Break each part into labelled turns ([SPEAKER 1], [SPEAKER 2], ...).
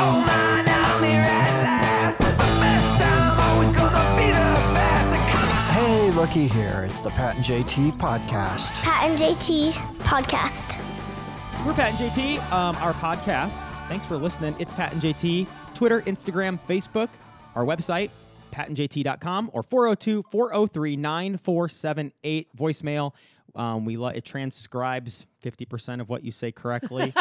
[SPEAKER 1] Oh man, I'm here at last. The best time, always gonna be the best. Come on.
[SPEAKER 2] Hey, looky here. It's the Pat and JT podcast.
[SPEAKER 3] Pat and JT podcast.
[SPEAKER 4] We're Pat and JT, um, our podcast. Thanks for listening. It's Pat and JT, Twitter, Instagram, Facebook, our website, patandjt.com or 402 403 9478 voicemail. Um, we lo- it transcribes 50% of what you say correctly.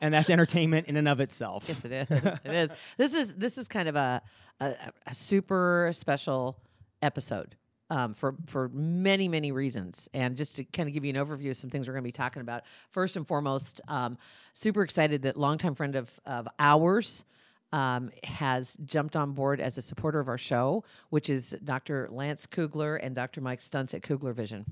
[SPEAKER 4] and that's entertainment in and of itself.
[SPEAKER 5] Yes, it is. It is. This is this is kind of a a, a super special episode um, for for many many reasons. And just to kind of give you an overview of some things we're going to be talking about. First and foremost, um, super excited that longtime friend of of ours. Um, has jumped on board as a supporter of our show, which is Dr. Lance Kugler and Dr. Mike Stunts at Kugler Vision.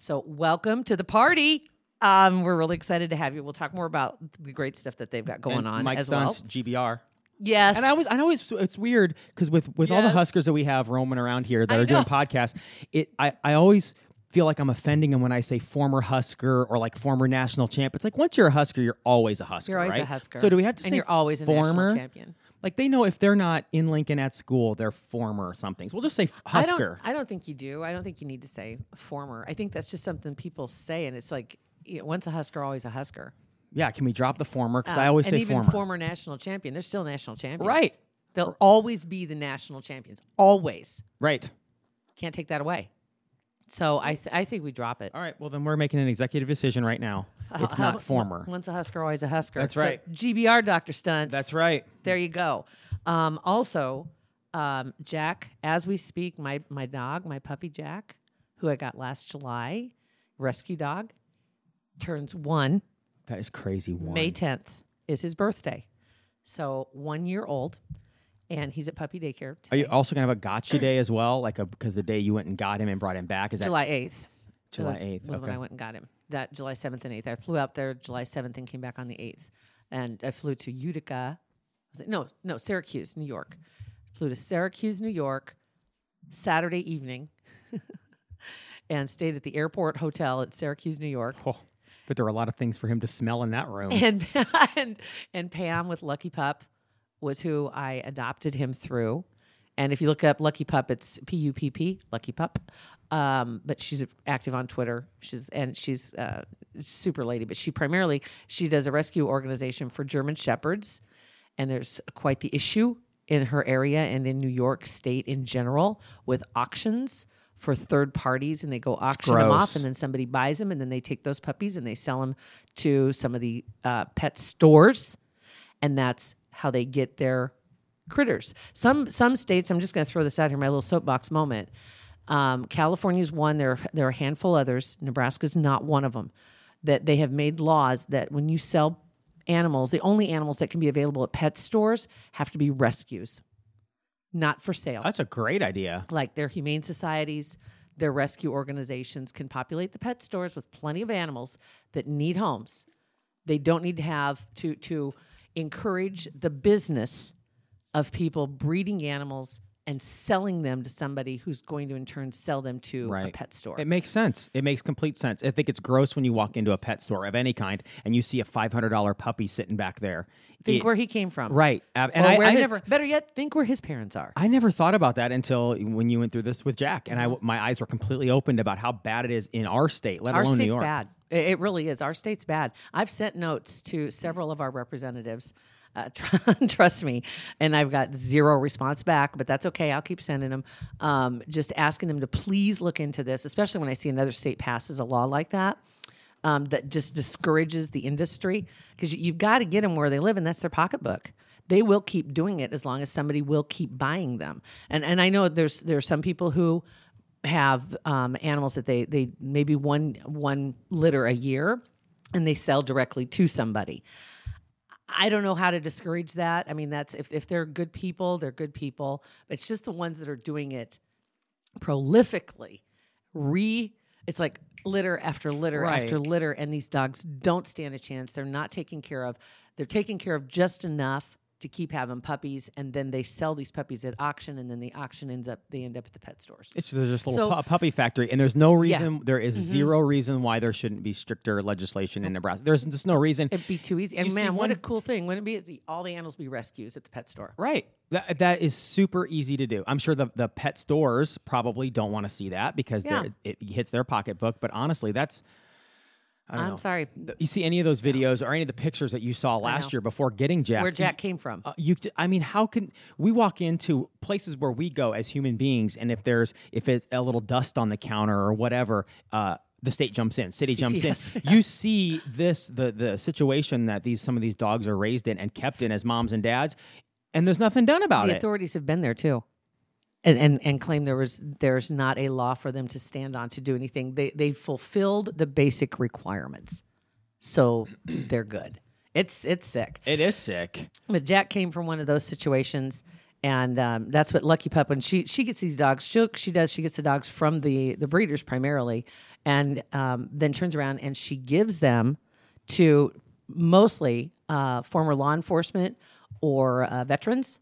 [SPEAKER 5] So, welcome to the party. Um, we're really excited to have you. We'll talk more about the great stuff that they've got going
[SPEAKER 4] And
[SPEAKER 5] on
[SPEAKER 4] Mike
[SPEAKER 5] as
[SPEAKER 4] Stunts,
[SPEAKER 5] well.
[SPEAKER 4] GBR.
[SPEAKER 5] Yes.
[SPEAKER 4] And I was, I know it's, it's weird because with, with all the
[SPEAKER 5] Yes.
[SPEAKER 4] Huskers that we have roaming around here that
[SPEAKER 5] I
[SPEAKER 4] are doing
[SPEAKER 5] know.
[SPEAKER 4] podcasts, it, I, I always feel like I'm offending them when I say former Husker or like former national champ. It's like once you're a Husker, you're always a Husker.
[SPEAKER 5] You're always
[SPEAKER 4] right?
[SPEAKER 5] a Husker.
[SPEAKER 4] So do we have to
[SPEAKER 5] and
[SPEAKER 4] say
[SPEAKER 5] you're always a national
[SPEAKER 4] former?
[SPEAKER 5] champion?
[SPEAKER 4] Like they know if they're not in Lincoln at school, they're former or something. So we'll just say Husker.
[SPEAKER 5] I don't, I don't think you do. I don't think you need to say former. I think that's just something people say, and it's like you know, once a Husker, always a Husker.
[SPEAKER 4] yeah, can we drop the former? Because I
[SPEAKER 5] Um,
[SPEAKER 4] always
[SPEAKER 5] and
[SPEAKER 4] say
[SPEAKER 5] even
[SPEAKER 4] former.
[SPEAKER 5] former national champion. They're still national champions,
[SPEAKER 4] Right.
[SPEAKER 5] They'll always be the national champions. Always
[SPEAKER 4] Right.
[SPEAKER 5] can't take that away. So I, th- I think we drop it.
[SPEAKER 4] All right. Well, then we're making an executive decision right now. It's
[SPEAKER 5] How-
[SPEAKER 4] not former.
[SPEAKER 5] Once a Husker, always a Husker.
[SPEAKER 4] That's
[SPEAKER 5] So
[SPEAKER 4] right.
[SPEAKER 5] GBR Doctor Stunts.
[SPEAKER 4] That's right.
[SPEAKER 5] There you go. Um, also, um, Jack, as we speak, my my dog, my puppy Jack, who I got last July, rescue dog, turns one.
[SPEAKER 4] That is crazy. One.
[SPEAKER 5] May tenth is his birthday, so one year old, and he's at puppy daycare.
[SPEAKER 4] Are you also gonna have a gotcha day as well? Like a because the day you went and got him and brought him back is that
[SPEAKER 5] July eighth.
[SPEAKER 4] July
[SPEAKER 5] was,
[SPEAKER 4] eighth?
[SPEAKER 5] was when I went and got him. That July seventh and eighth. I flew out there July seventh and came back on the eighth, and I flew to Utica. Was it, no, no, Syracuse, New York. Flew to Syracuse, New York, Saturday evening, and stayed at the airport hotel at Syracuse, New York.
[SPEAKER 4] Oh, but there were a lot of things for him to smell in that room.
[SPEAKER 5] And and and Pam with Lucky Pup was who I adopted him through. And if you look up Lucky Pup, it's P U P P, Lucky Pup. Um, but she's active on Twitter. She's and she's uh, super lady, but she primarily she does a rescue organization for German shepherds, and there's quite the issue in her area and in New York State in general with auctions for third parties, and they go auction them
[SPEAKER 4] gross.
[SPEAKER 5] off, and then somebody buys them, and then they take those puppies and they sell them to some of the uh, pet stores, and that's how they get their critters. Some some states, I'm just going to throw this out here, my little soapbox moment. Um, California's one. There are, there are a handful others. Nebraska's not one of them. That they have made laws that when you sell animals, the only animals that can be available at pet stores have to be rescues, not for sale
[SPEAKER 4] That's a great idea.
[SPEAKER 5] like their humane societies, their rescue organizations can populate the pet stores with plenty of animals that need homes. They don't need to have to to encourage the business of people breeding animals and selling them to somebody who's going to in turn sell them to a
[SPEAKER 4] Right.
[SPEAKER 5] pet store.
[SPEAKER 4] It makes sense. It makes complete sense. I think it's gross when you walk into a pet store of any kind and you see a five hundred dollar puppy sitting back there.
[SPEAKER 5] think
[SPEAKER 4] It-
[SPEAKER 5] where he came from.
[SPEAKER 4] right, ab- and
[SPEAKER 5] Or
[SPEAKER 4] I,
[SPEAKER 5] where
[SPEAKER 4] I
[SPEAKER 5] his-
[SPEAKER 4] never.
[SPEAKER 5] better yet, think where his parents are.
[SPEAKER 4] I never thought about that until when you went through this with Jack, and I
[SPEAKER 5] Mm-hmm.
[SPEAKER 4] w- my eyes were completely opened about how bad it is in our state, let
[SPEAKER 5] Our
[SPEAKER 4] alone
[SPEAKER 5] state's
[SPEAKER 4] New York.
[SPEAKER 5] bad. It, it really is. Our state's bad. I've sent notes to several of our representatives. Uh, tr- trust me, and I've got zero response back, but that's okay. I'll keep sending them. Um, just asking them to please look into this, especially when I see another state passes a law like that um, that just discourages the industry because you, you've got to get them where they live, and that's their pocketbook. They will keep doing it as long as somebody will keep buying them. And and I know there's there are some people who have um, animals that they they maybe one one litter a year, and they sell directly to somebody. I don't know how to discourage that. I mean, that's if, if they're good people, they're good people. It's just the ones that are doing it prolifically. Re, it's like litter after litter
[SPEAKER 4] Right.
[SPEAKER 5] after litter, and these dogs don't stand a chance. They're not taken care of. They're taken care of just enough to keep having puppies, and then they sell these puppies at auction, and then the auction ends up they end up at the pet stores.
[SPEAKER 4] It's there's just
[SPEAKER 5] So-
[SPEAKER 4] a
[SPEAKER 5] Mm-hmm.
[SPEAKER 4] little pu- puppy factory, and there's no reason. There is zero reason why there shouldn't be stricter legislation in Nebraska. There's just no reason.
[SPEAKER 5] It'd be too easy. And
[SPEAKER 4] You see
[SPEAKER 5] man, what a
[SPEAKER 4] one-
[SPEAKER 5] cool thing! Wouldn't it be, it'd be all the animals be rescues at the pet store?
[SPEAKER 4] Right. That, that is super easy to do. I'm sure the, the pet stores probably don't want to see that because they're-
[SPEAKER 5] Yeah.
[SPEAKER 4] it hits their pocketbook. But honestly, that's. I don't
[SPEAKER 5] I'm
[SPEAKER 4] know.
[SPEAKER 5] sorry.
[SPEAKER 4] You see any of those videos or any of the pictures that you saw last
[SPEAKER 5] know.
[SPEAKER 4] year before getting Jack?
[SPEAKER 5] Where
[SPEAKER 4] you-
[SPEAKER 5] Jack came from.
[SPEAKER 4] uh, you i mean how can we walk into places where we go as human beings and if there's if it's a little dust on the counter or whatever uh the state jumps in city jumps
[SPEAKER 5] Yes.
[SPEAKER 4] in you see this the the situation that these some of these dogs are raised in and kept in as moms and dads and there's nothing done about
[SPEAKER 5] the
[SPEAKER 4] it
[SPEAKER 5] authorities have been there too and, and and claim there was there's not a law for them to stand on to do anything they they fulfilled the basic requirements so they're good it's it's sick
[SPEAKER 4] it is sick
[SPEAKER 5] but jack came from one of those situations and um, that's what lucky pup when she she gets these dogs she she does she gets the dogs from the the breeders primarily and um, then turns around and she gives them to mostly uh, former law enforcement or uh, veterans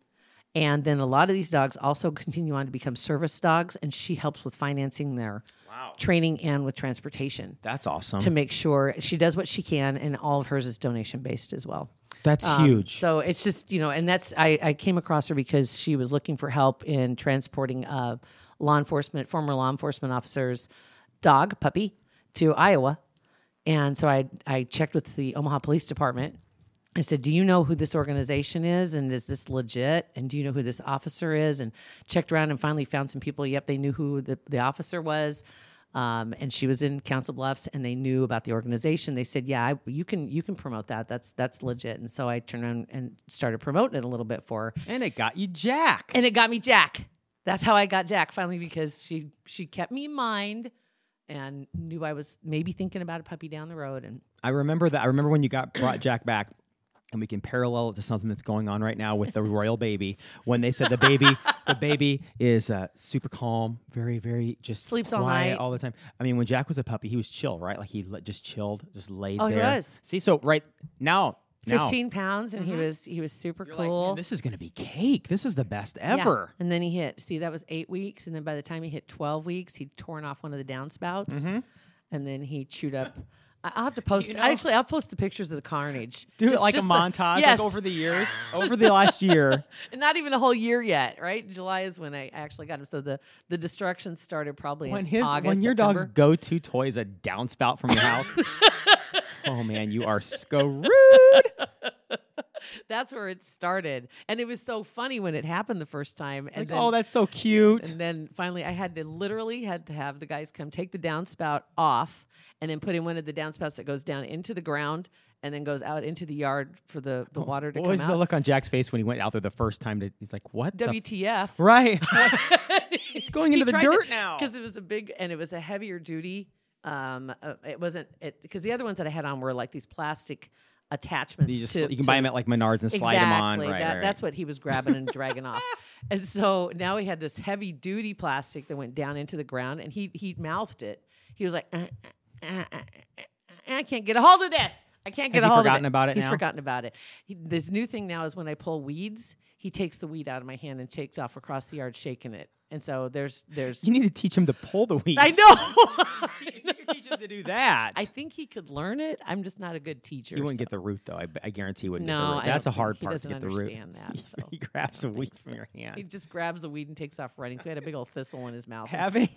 [SPEAKER 5] and then a lot of these dogs also continue on to become service dogs, and she helps with financing their training and with transportation
[SPEAKER 4] that's awesome
[SPEAKER 5] to make sure she does what she can, and all of hers is donation based as well.
[SPEAKER 4] that's
[SPEAKER 5] um,
[SPEAKER 4] huge
[SPEAKER 5] So it's just you know, and that's I, I came across her because she was looking for help in transporting uh, law enforcement, former law enforcement officers, dog puppy to Iowa, and so I I checked with the Omaha Police Department. I said, "Do you know who this organization is, and is this legit? And do you know who this officer is?" And checked around and finally found some people. Yep, they knew who the, the officer was, um, and she was in Council Bluffs, and they knew about the organization. They said, "Yeah, I, you can you can promote that. That's that's legit." And so I turned around and started promoting it a little bit for her,
[SPEAKER 4] and it got you jack
[SPEAKER 5] and it got me Jack. That's how I got Jack finally because she she kept me in mind and knew I was maybe thinking about a puppy down the road and.
[SPEAKER 4] I remember that. I remember when you got brought Jack back, and we can parallel it to something that's going on right now with the royal baby. When they said the baby, the baby is uh, super calm, very, very just
[SPEAKER 5] Sleeps all
[SPEAKER 4] quiet
[SPEAKER 5] night.
[SPEAKER 4] all the time. I mean, when Jack was a puppy, he was chill, right? Like he le- just chilled, just laid
[SPEAKER 5] Oh, he
[SPEAKER 4] there.
[SPEAKER 5] was.
[SPEAKER 4] See, so right now, now Mm-hmm.
[SPEAKER 5] 15 pounds and he was he was super
[SPEAKER 4] you're like,
[SPEAKER 5] cool
[SPEAKER 4] "Man, this is gonna be cake. This is the best
[SPEAKER 5] Yeah.
[SPEAKER 4] ever.
[SPEAKER 5] and then he hit see that was eight weeks and then by the time he hit 12 weeks he'd torn off one of the downspouts and then he chewed up I- I'll have to post.
[SPEAKER 4] Mm-hmm. know-
[SPEAKER 5] Actually, I'll post the pictures of the carnage.
[SPEAKER 4] Do it
[SPEAKER 5] Just-
[SPEAKER 4] like a
[SPEAKER 5] just the-
[SPEAKER 4] montage,
[SPEAKER 5] yes,
[SPEAKER 4] like over the years, over the last year.
[SPEAKER 5] not even a whole year yet, right? July is when I actually got him. So the the destruction started probably
[SPEAKER 4] when
[SPEAKER 5] in
[SPEAKER 4] his
[SPEAKER 5] August,
[SPEAKER 4] when your
[SPEAKER 5] September.
[SPEAKER 4] dog's go-to toy is a downspout from your house. oh man, you are so rude.
[SPEAKER 5] That's where it started, and it was so funny when it happened the first time. And
[SPEAKER 4] Like,
[SPEAKER 5] then,
[SPEAKER 4] oh, that's so cute.
[SPEAKER 5] And then finally, I had to literally had to have the guys come take the downspout off and then put in one of the downspouts that goes down into the ground and then goes out into the yard for the, the water to
[SPEAKER 4] What
[SPEAKER 5] come
[SPEAKER 4] was
[SPEAKER 5] out.
[SPEAKER 4] the Oh, look on Jack's face when he went out there the first time? To, he's like, "What? the f-
[SPEAKER 5] WTF?
[SPEAKER 4] right? it's going into the dirt now."
[SPEAKER 5] because it was a big and it was a heavier duty. Um, uh, it wasn't because the other ones that I had on were like these plastic attachments.
[SPEAKER 4] You just
[SPEAKER 5] to-
[SPEAKER 4] you can
[SPEAKER 5] to-
[SPEAKER 4] buy them at like Menards and slide them on.
[SPEAKER 5] Exactly.
[SPEAKER 4] Right,
[SPEAKER 5] That-
[SPEAKER 4] right,
[SPEAKER 5] That's
[SPEAKER 4] right.
[SPEAKER 5] what he was grabbing and dragging off. And so now he had this heavy duty plastic that went down into the ground and he he mouthed it. He was like, "Uh, uh, uh, uh, uh, I can't get a hold of this. I can't get
[SPEAKER 4] Has
[SPEAKER 5] a
[SPEAKER 4] he
[SPEAKER 5] hold
[SPEAKER 4] forgotten
[SPEAKER 5] of it.
[SPEAKER 4] about it
[SPEAKER 5] He's
[SPEAKER 4] now?
[SPEAKER 5] forgotten about it. He- this new thing now is when I pull weeds, he takes the weed out of my hand and takes off across the yard shaking it. And so there's there's
[SPEAKER 4] You need to teach him to pull the weeds.
[SPEAKER 5] I know.
[SPEAKER 4] you need to teach him to do that.
[SPEAKER 5] I think he could learn it. I'm just not a good teacher.
[SPEAKER 4] he wouldn't
[SPEAKER 5] so-
[SPEAKER 4] get the root though. I, b- I guarantee he wouldn't.
[SPEAKER 5] No,
[SPEAKER 4] get the
[SPEAKER 5] I
[SPEAKER 4] root.
[SPEAKER 5] don't
[SPEAKER 4] that's a
[SPEAKER 5] think-
[SPEAKER 4] hard
[SPEAKER 5] he
[SPEAKER 4] part to
[SPEAKER 5] doesn't
[SPEAKER 4] get the root.
[SPEAKER 5] understand that, so
[SPEAKER 4] he
[SPEAKER 5] I
[SPEAKER 4] grabs the
[SPEAKER 5] don't
[SPEAKER 4] weed
[SPEAKER 5] think
[SPEAKER 4] from
[SPEAKER 5] so.
[SPEAKER 4] your hand.
[SPEAKER 5] He just grabs the weed and takes off running. So he had a big old thistle in his mouth. and
[SPEAKER 4] Having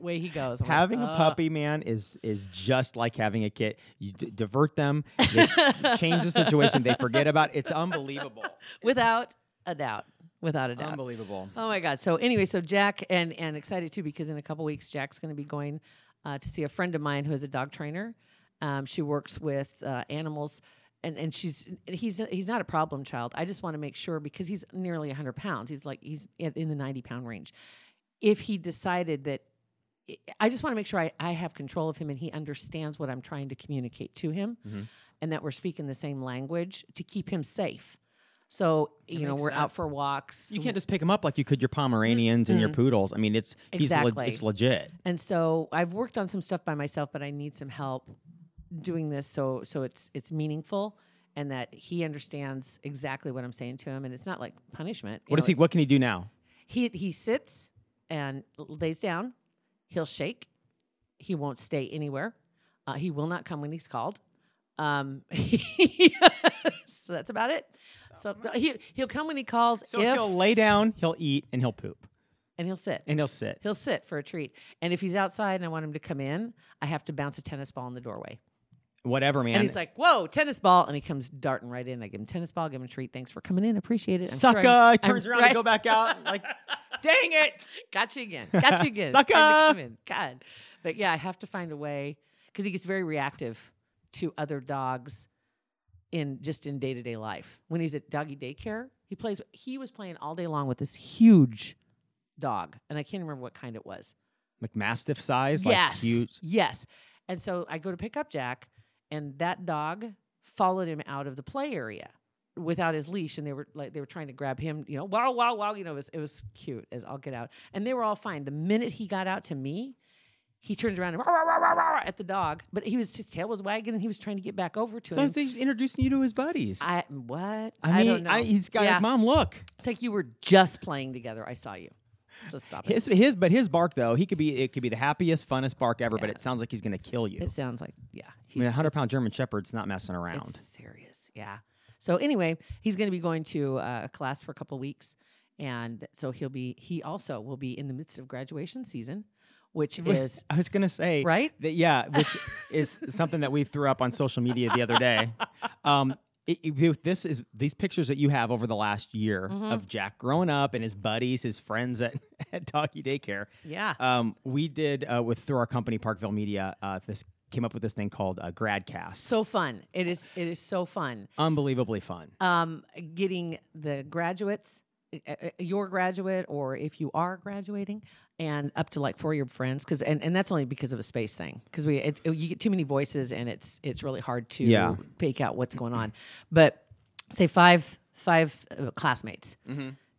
[SPEAKER 5] away he goes. I'm like, "Uh,"
[SPEAKER 4] having a
[SPEAKER 5] "Ugh."
[SPEAKER 4] puppy man is is just like having a kid you d- divert them they change the situation they forget about it. it's unbelievable
[SPEAKER 5] without a doubt, without a doubt.
[SPEAKER 4] unbelievable
[SPEAKER 5] Oh my God! So anyway, so Jack and and excited too because in a couple weeks Jack's going to be going uh, to see a friend of mine who is a dog trainer. Um, she works with uh, animals, and and she's and he's he's not a problem child. I just want to make sure because he's nearly 100 pounds. He's like he's in in the 90 pound range. If he decided that, I just want to make sure I, I have control of him and he understands what I'm trying to communicate to him. and that we're speaking the same language to keep him safe. So, you know, we're out for walks.
[SPEAKER 4] You can't just pick them up like you could your Pomeranians and your poodles. I mean, it's he's le-
[SPEAKER 5] Mm-hmm. Exactly.
[SPEAKER 4] it's legit.
[SPEAKER 5] and so I've worked on some stuff by myself, but I need some help doing this so so it's it's meaningful and that he understands exactly what I'm saying to him and it's not like punishment. you
[SPEAKER 4] What
[SPEAKER 5] know,
[SPEAKER 4] is he?
[SPEAKER 5] it's-
[SPEAKER 4] What can he do now?
[SPEAKER 5] He he sits and lays down. He'll shake. He won't stay anywhere. Uh, he will not come when he's called. Um, so that's about it. So but he he'll come when he calls
[SPEAKER 4] So
[SPEAKER 5] if
[SPEAKER 4] he'll lay down, he'll eat, and he'll poop,
[SPEAKER 5] and he'll sit.
[SPEAKER 4] and he'll sit.
[SPEAKER 5] He'll sit for a treat. And if he's outside and I want him to come in, I have to bounce a tennis ball in the doorway.
[SPEAKER 4] Whatever, man.
[SPEAKER 5] And, he's like, "Whoa, tennis ball!" And he comes darting right in. I give him tennis ball, give him a treat. Thanks for coming in, appreciate it. I'm sure
[SPEAKER 4] sucker.
[SPEAKER 5] I'm-
[SPEAKER 4] He turns
[SPEAKER 5] I'm-
[SPEAKER 4] around
[SPEAKER 5] right.
[SPEAKER 4] and go back out. Like, dang it.
[SPEAKER 5] Got you again. Got you again. It's time to
[SPEAKER 4] Sucker.
[SPEAKER 5] come in. God. But yeah, I have to find a way because he gets very reactive to other dogs in just in day to day life. When he's at doggy daycare, he plays. He was playing all day long with this huge dog, and I can't remember what kind it was.
[SPEAKER 4] Like mastiff size. Like
[SPEAKER 5] yes,
[SPEAKER 4] huge.
[SPEAKER 5] yes. And so I go to pick up Jack, and that dog followed him out of the play area without his leash, and they were like they were trying to grab him. You know, wow, wow, wow. You know, it was it was cute as I'll get out, and they were all fine. The minute he got out to me. He turned around and "Rah, rah, rah, rah, rah," at the dog, but he was his tail was wagging and he was trying to get back over to him.
[SPEAKER 4] So he's introducing you to his buddies.
[SPEAKER 5] I what? I,
[SPEAKER 4] I mean,
[SPEAKER 5] don't know.
[SPEAKER 4] I- he's got
[SPEAKER 5] yeah.
[SPEAKER 4] like, mom. Look,
[SPEAKER 5] It's like you were just playing together. I saw you, so stop it.
[SPEAKER 4] his his, but his bark though, he could be it could be the happiest, funnest bark ever. But it sounds like he's gonna kill you.
[SPEAKER 5] it sounds like yeah.
[SPEAKER 4] I mean, a
[SPEAKER 5] he's-
[SPEAKER 4] hundred
[SPEAKER 5] it's-
[SPEAKER 4] pound German Shepherd's not messing around.
[SPEAKER 5] It's serious, yeah. So anyway, he's going to be going to uh, a class for a couple weeks, and so he'll be. He also will be in the midst of graduation season, which is
[SPEAKER 4] I was gonna say,
[SPEAKER 5] Right?
[SPEAKER 4] That, yeah, which is something that we threw up on social media the other day. Um, it- it- this is these pictures that you have over the last year
[SPEAKER 5] Mm-hmm.
[SPEAKER 4] of Jack growing up and his buddies, his friends at, at Doggy Daycare.
[SPEAKER 5] yeah,
[SPEAKER 4] Um, we did uh, with through our company Parkville Media. Uh, this came up with this thing called uh, Gradcast.
[SPEAKER 5] so fun. It is. It is so fun.
[SPEAKER 4] Unbelievably fun.
[SPEAKER 5] Um, getting the graduates, uh, uh, your graduate, or if you are graduating, and up to like four of your friends, because and, and that's only because of a space thing. Because we it, you get too many voices, and it's it's really hard to
[SPEAKER 4] Yeah.
[SPEAKER 5] pick out what's going on. But say five five uh, classmates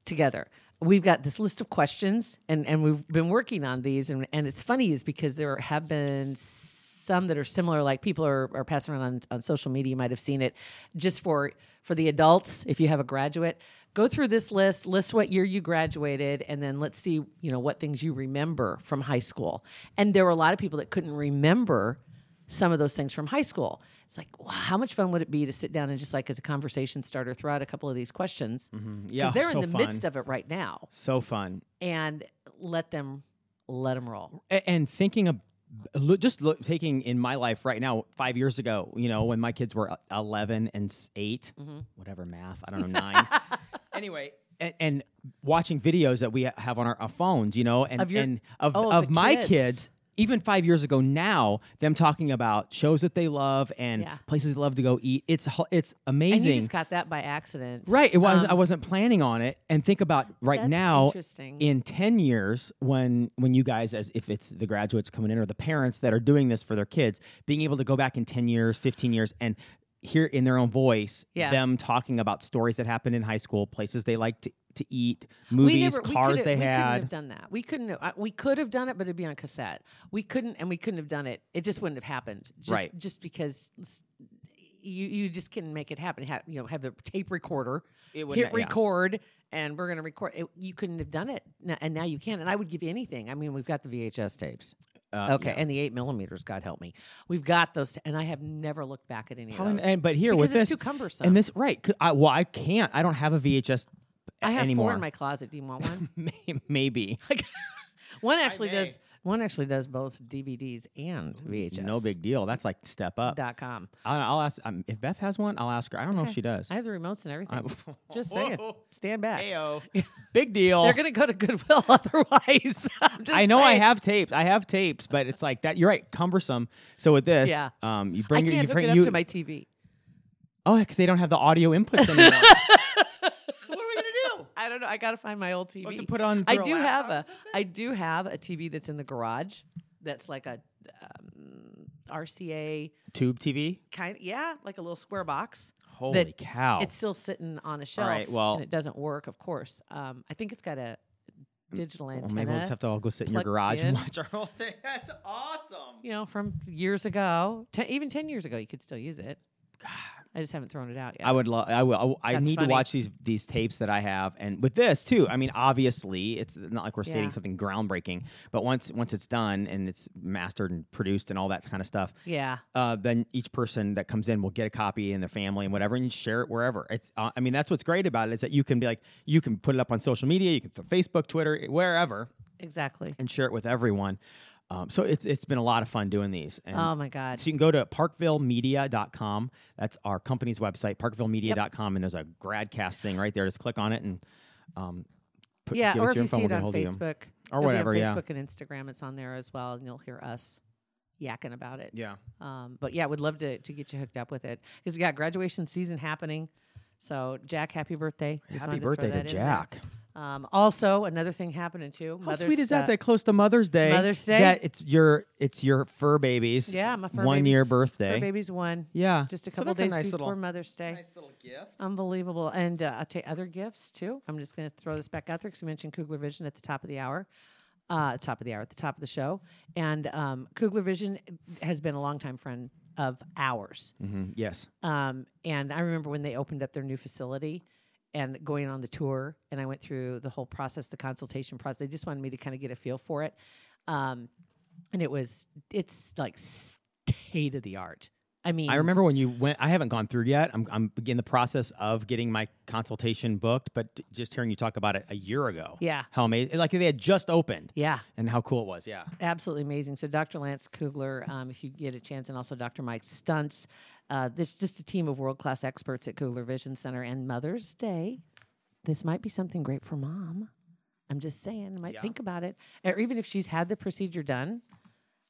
[SPEAKER 5] together. We've got this list of questions, and and we've been working on these. And and it's funny is because there have been some that are similar. Like people are, are passing around on, on social media. You might have seen it. Just for for the adults, if you have a graduate, go through this list. List what year you graduated, and then let's see you know what things you remember from high school. And there were a lot of people that couldn't remember some of those things from high school. It's like, wow, how much fun would it be to sit down and just like as a conversation starter, throw out a couple of these questions? Because
[SPEAKER 4] Yeah,
[SPEAKER 5] Mm, they're
[SPEAKER 4] so
[SPEAKER 5] in the
[SPEAKER 4] fun.
[SPEAKER 5] midst of it right now,
[SPEAKER 4] So fun.
[SPEAKER 5] and let them let them roll.
[SPEAKER 4] A- and thinking of look, just look, taking in my life right now, five years ago, you know, when my kids were uh, eleven and s- 8
[SPEAKER 5] Mm-hmm.
[SPEAKER 4] whatever math, I don't know, nine. anyway. And, and watching videos that we ha- have on our, our phones, you know, and
[SPEAKER 5] Of your-
[SPEAKER 4] and of,
[SPEAKER 5] oh,
[SPEAKER 4] of
[SPEAKER 5] the
[SPEAKER 4] my
[SPEAKER 5] kids.
[SPEAKER 4] kids, even five years ago now, them talking about shows that they love and
[SPEAKER 5] Yeah.
[SPEAKER 4] places they love to go eat. It's ho- it's
[SPEAKER 5] And
[SPEAKER 4] amazing.
[SPEAKER 5] you just got that by accident,
[SPEAKER 4] Right. It was.
[SPEAKER 5] Um,
[SPEAKER 4] I wasn't planning on it. And think about right
[SPEAKER 5] That's
[SPEAKER 4] now.
[SPEAKER 5] interesting.
[SPEAKER 4] In ten years, when when you guys, as if it's the graduates coming in or the parents that are doing this for their kids, being able to go back in ten years, fifteen years, and hear in their own voice
[SPEAKER 5] Yeah.
[SPEAKER 4] them talking about stories that happened in high school, places they liked to, to eat, movies,
[SPEAKER 5] we
[SPEAKER 4] cars
[SPEAKER 5] could've-
[SPEAKER 4] they
[SPEAKER 5] we couldn't have
[SPEAKER 4] had.
[SPEAKER 5] done that. We couldn't. Have, uh, we could have done it, but it'd be on cassette. We couldn't, and we couldn't have done it. It just wouldn't have happened. Just,
[SPEAKER 4] Right.
[SPEAKER 5] Just because s- you you just couldn't make it happen. Ha you know, have the tape recorder, hit
[SPEAKER 4] wouldn't- yeah.
[SPEAKER 5] record, and we're gonna record. It, you couldn't have done it, N- and now you can. And I would give you anything. I mean, we've got the VHS tapes.
[SPEAKER 4] Uh,
[SPEAKER 5] okay, and the eight millimeters. God help me, we've got those. t- and I have never looked back at any
[SPEAKER 4] How in-
[SPEAKER 5] of those.
[SPEAKER 4] and but here
[SPEAKER 5] because
[SPEAKER 4] with
[SPEAKER 5] it's
[SPEAKER 4] this
[SPEAKER 5] too cumbersome.
[SPEAKER 4] and this right. 'cause I, well, I can't. I don't have a VHS
[SPEAKER 5] I have
[SPEAKER 4] anymore.
[SPEAKER 5] four in my closet. Do you want one?
[SPEAKER 4] May- Maybe.
[SPEAKER 5] One actually
[SPEAKER 4] may.
[SPEAKER 5] does. One actually does both DVDs and VHS.
[SPEAKER 4] No big deal. That's like step up.
[SPEAKER 5] Dot com.
[SPEAKER 4] I'll, I'll ask um, if Beth has one. I'll ask her. I don't know if she does.
[SPEAKER 5] I have the remotes and everything.
[SPEAKER 4] I'm-
[SPEAKER 5] Just saying.
[SPEAKER 4] Whoa.
[SPEAKER 5] Stand back.
[SPEAKER 4] Ayo, big deal.
[SPEAKER 5] They're gonna go to Goodwill otherwise. I'm just
[SPEAKER 4] I know I
[SPEAKER 5] saying.
[SPEAKER 4] have tapes. I have tapes, but it's like that. You're right, cumbersome. So with this,
[SPEAKER 5] Yeah.
[SPEAKER 4] um, you
[SPEAKER 5] I can't
[SPEAKER 4] bring your you
[SPEAKER 5] hook
[SPEAKER 4] bring
[SPEAKER 5] it up
[SPEAKER 4] you
[SPEAKER 5] to my TV.
[SPEAKER 4] oh, because they don't have the audio inputs anymore. so what are we gonna do?
[SPEAKER 5] I don't know. I gotta find my old TV.
[SPEAKER 4] have to put on
[SPEAKER 5] I
[SPEAKER 4] through a
[SPEAKER 5] do
[SPEAKER 4] laptop
[SPEAKER 5] have a. I do have a TV that's in the garage. That's like a. Um, RCA
[SPEAKER 4] Tube TV.
[SPEAKER 5] kind yeah, like a little square box.
[SPEAKER 4] Holy
[SPEAKER 5] That
[SPEAKER 4] cow!
[SPEAKER 5] It's still sitting on a shelf.
[SPEAKER 4] Oh. right, well-
[SPEAKER 5] and it doesn't work, of course. Um, I think it's got a digital
[SPEAKER 4] well,
[SPEAKER 5] antenna.
[SPEAKER 4] maybe we'll just have to all go sit in your
[SPEAKER 5] plugged
[SPEAKER 4] garage and
[SPEAKER 5] in.
[SPEAKER 4] watch our whole thing. That's awesome.
[SPEAKER 5] you know, from years ago, te- even 10 years ago, you could still use it. I just haven't thrown it out yet.
[SPEAKER 4] I would love. I will. I will- I,
[SPEAKER 5] That's
[SPEAKER 4] need
[SPEAKER 5] funny.
[SPEAKER 4] to watch these these tapes that I have, and with this too. I mean, obviously, it's not like we're stating
[SPEAKER 5] Yeah.
[SPEAKER 4] something groundbreaking, but once once it's done and it's mastered and produced and all that kind of stuff,
[SPEAKER 5] yeah.
[SPEAKER 4] uh, then each person that comes in will get a copy in their family and whatever, and share it wherever. It's. Uh, I mean, that's what's great about it is that you can be like, you can put it up on social media, you can put Facebook, Twitter, wherever,
[SPEAKER 5] Exactly.
[SPEAKER 4] and share it with everyone. Um, so it's it's been a lot of fun doing these. And
[SPEAKER 5] Oh my God.
[SPEAKER 4] so you can go to parkvillemedia.com. That's our company's website, parkvillemedia.com, and there's a gradcast thing right there. Just click on it and um, put,
[SPEAKER 5] yeah.
[SPEAKER 4] give
[SPEAKER 5] Or
[SPEAKER 4] us
[SPEAKER 5] if
[SPEAKER 4] your
[SPEAKER 5] you
[SPEAKER 4] info.
[SPEAKER 5] see
[SPEAKER 4] we'll
[SPEAKER 5] it
[SPEAKER 4] get
[SPEAKER 5] on
[SPEAKER 4] hold of you.
[SPEAKER 5] Facebook
[SPEAKER 4] Or
[SPEAKER 5] it'll be on
[SPEAKER 4] whatever, yeah.
[SPEAKER 5] Facebook and Instagram, it's on there as well, and you'll hear us yakking about it.
[SPEAKER 4] Yeah.
[SPEAKER 5] Um, but yeah, would love to, to get you hooked up with it because we got graduation season happening. So, Jack, happy birthday. Just wanted
[SPEAKER 4] Happy
[SPEAKER 5] throw
[SPEAKER 4] birthday to
[SPEAKER 5] that in there.
[SPEAKER 4] Jack.
[SPEAKER 5] Um, also, another thing happening too.
[SPEAKER 4] How
[SPEAKER 5] Mother's,
[SPEAKER 4] sweet is that?
[SPEAKER 5] uh,
[SPEAKER 4] That close to Mother's Day.
[SPEAKER 5] Mother's Day?
[SPEAKER 4] That it's your it's your fur babies.
[SPEAKER 5] Yeah, my fur
[SPEAKER 4] one year
[SPEAKER 5] babi's- fur
[SPEAKER 4] birthday.
[SPEAKER 5] baby's one.
[SPEAKER 4] Yeah.
[SPEAKER 5] Just a
[SPEAKER 4] So
[SPEAKER 5] couple
[SPEAKER 4] that's a
[SPEAKER 5] days
[SPEAKER 4] nice
[SPEAKER 5] before
[SPEAKER 4] little-
[SPEAKER 5] Mother's Day.
[SPEAKER 4] little gift.
[SPEAKER 5] Unbelievable. And uh, I'll take other gifts too. I'm just going to throw this back out there because we mentioned Kugler Vision at the top of the hour. Uh, top of the hour, at the top of the show. And um, Kugler Vision has been a longtime friend of ours.
[SPEAKER 4] hmm Yes.
[SPEAKER 5] Um, and I remember when they opened up their new facility and going on the tour, and I went through the whole process, the consultation process. They just wanted me to kind of get a feel for it. Um, and it was, it's like state of the art. I mean,
[SPEAKER 4] I remember when you went. I haven't gone through yet. I'm I'm in the process of getting my consultation booked, but d- just hearing you talk about it a year ago.
[SPEAKER 5] Yeah.
[SPEAKER 4] How amazing! Like they had just opened.
[SPEAKER 5] Yeah.
[SPEAKER 4] And how cool it was. Yeah.
[SPEAKER 5] absolutely amazing. So Dr. Lance Kugler, um, if you get a chance, and also Dr. Mike Stunts. Uh, there's just a team of world class experts at Kugler Vision Center and Mother's Day. This might be something great for mom. I'm just saying, I might
[SPEAKER 4] Yeah.
[SPEAKER 5] think about it. Or even if she's had the procedure done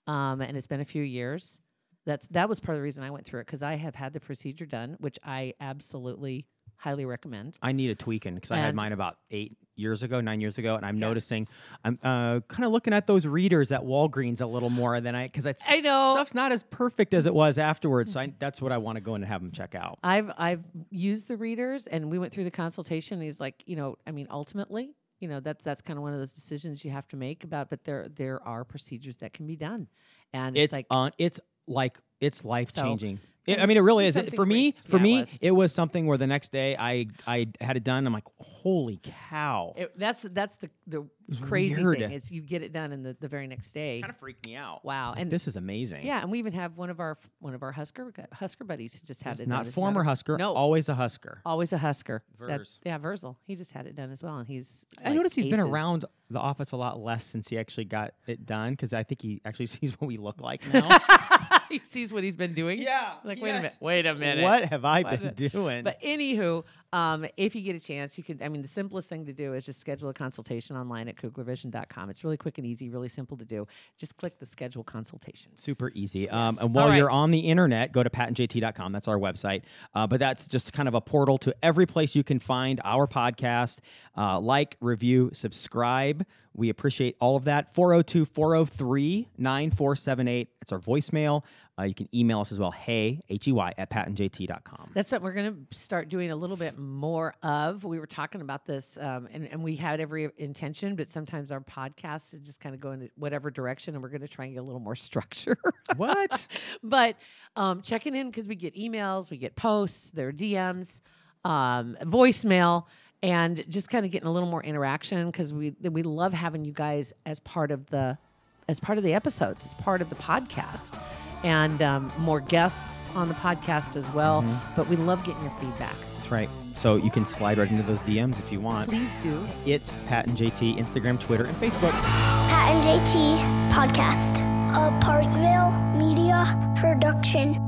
[SPEAKER 5] um, and it's been a few years, that's that was part of the reason I went through it because I have had the procedure done, which I absolutely highly recommend.
[SPEAKER 4] I need a tweaking because I had
[SPEAKER 5] And-
[SPEAKER 4] mine about eight years ago, nine years ago, and I'm noticing I'm uh, kind of looking at those readers at Walgreens a little more than I because it's
[SPEAKER 5] I know.
[SPEAKER 4] stuff's not as perfect as it was afterwards.
[SPEAKER 5] Hmm.
[SPEAKER 4] So I, that's what I want to go in and have them check out.
[SPEAKER 5] I've I've used the readers, and we went through the consultation. And he's like, you know, I mean, ultimately, you know, that's that's kind of one of those decisions you have to make about. But there there are procedures that can be done, and it's,
[SPEAKER 4] It's
[SPEAKER 5] like
[SPEAKER 4] on. It's like it's life changing. I mean, it really is. It-
[SPEAKER 5] something
[SPEAKER 4] for me,
[SPEAKER 5] great.
[SPEAKER 4] for
[SPEAKER 5] Yeah, it
[SPEAKER 4] me,
[SPEAKER 5] was.
[SPEAKER 4] it was something where the next day I I had it done. I'm like, holy cow! It
[SPEAKER 5] it, that's that's the the crazy
[SPEAKER 4] weird.
[SPEAKER 5] thing is you get it done, and the, the very next day,
[SPEAKER 4] kind of freaked me out.
[SPEAKER 5] wow, and
[SPEAKER 4] This is amazing.
[SPEAKER 5] yeah, and we even have one of our one of our Husker Husker buddies who just had it done
[SPEAKER 4] Not
[SPEAKER 5] as
[SPEAKER 4] former
[SPEAKER 5] another-
[SPEAKER 4] Husker,
[SPEAKER 5] no,
[SPEAKER 4] always a Husker.
[SPEAKER 5] always a Husker.
[SPEAKER 4] Verz.
[SPEAKER 5] yeah, Verzel. He just had it done as well, and he's
[SPEAKER 4] I
[SPEAKER 5] like,
[SPEAKER 4] noticed he's been
[SPEAKER 5] aces.
[SPEAKER 4] around the office a lot less since he actually got it done because I think he actually sees what we look like now.
[SPEAKER 5] he sees what he's been doing. like wait a minute,
[SPEAKER 4] yes.
[SPEAKER 5] wait a minute,
[SPEAKER 4] What have I been
[SPEAKER 5] What-
[SPEAKER 4] doing?
[SPEAKER 5] But anywho, um, if you get a chance, you can. I mean, the simplest thing to do is just schedule a consultation online at kuglervision.com. It's really quick and easy, really simple to do. Just click the schedule consultation.
[SPEAKER 4] Super easy. Um, and while
[SPEAKER 5] All
[SPEAKER 4] you're
[SPEAKER 5] right.
[SPEAKER 4] on the internet, go to patentjt.com. That's our website. Uh, but that's just kind of a portal to every place you can find our podcast. Uh, like, review, subscribe. We appreciate all of that. 402 403 9478. It's our voicemail. Uh, you can email us as well. Hey, H E Y, at patentjt.com.
[SPEAKER 5] That's something we're going to start doing a little bit more of. We were talking about this, um, and, and we had every intention, but sometimes our podcasts is just kind of go in whatever direction, and we're going to try and get a little more structure.
[SPEAKER 4] What?
[SPEAKER 5] but um, checking in because we get emails, we get posts, there are DMs, um, voicemail, and just kind of getting a little more interaction because we we love having you guys as part of the as part of the episodes, as part of the podcast, and um, more guests on the podcast as well. But we love getting your feedback.
[SPEAKER 4] That's right. So you can slide right into those DMs if you want.
[SPEAKER 5] Please do.
[SPEAKER 4] It's Pat and JT, Instagram, Twitter, and Facebook.
[SPEAKER 3] Pat and JT Podcast, a Parkville Media Production.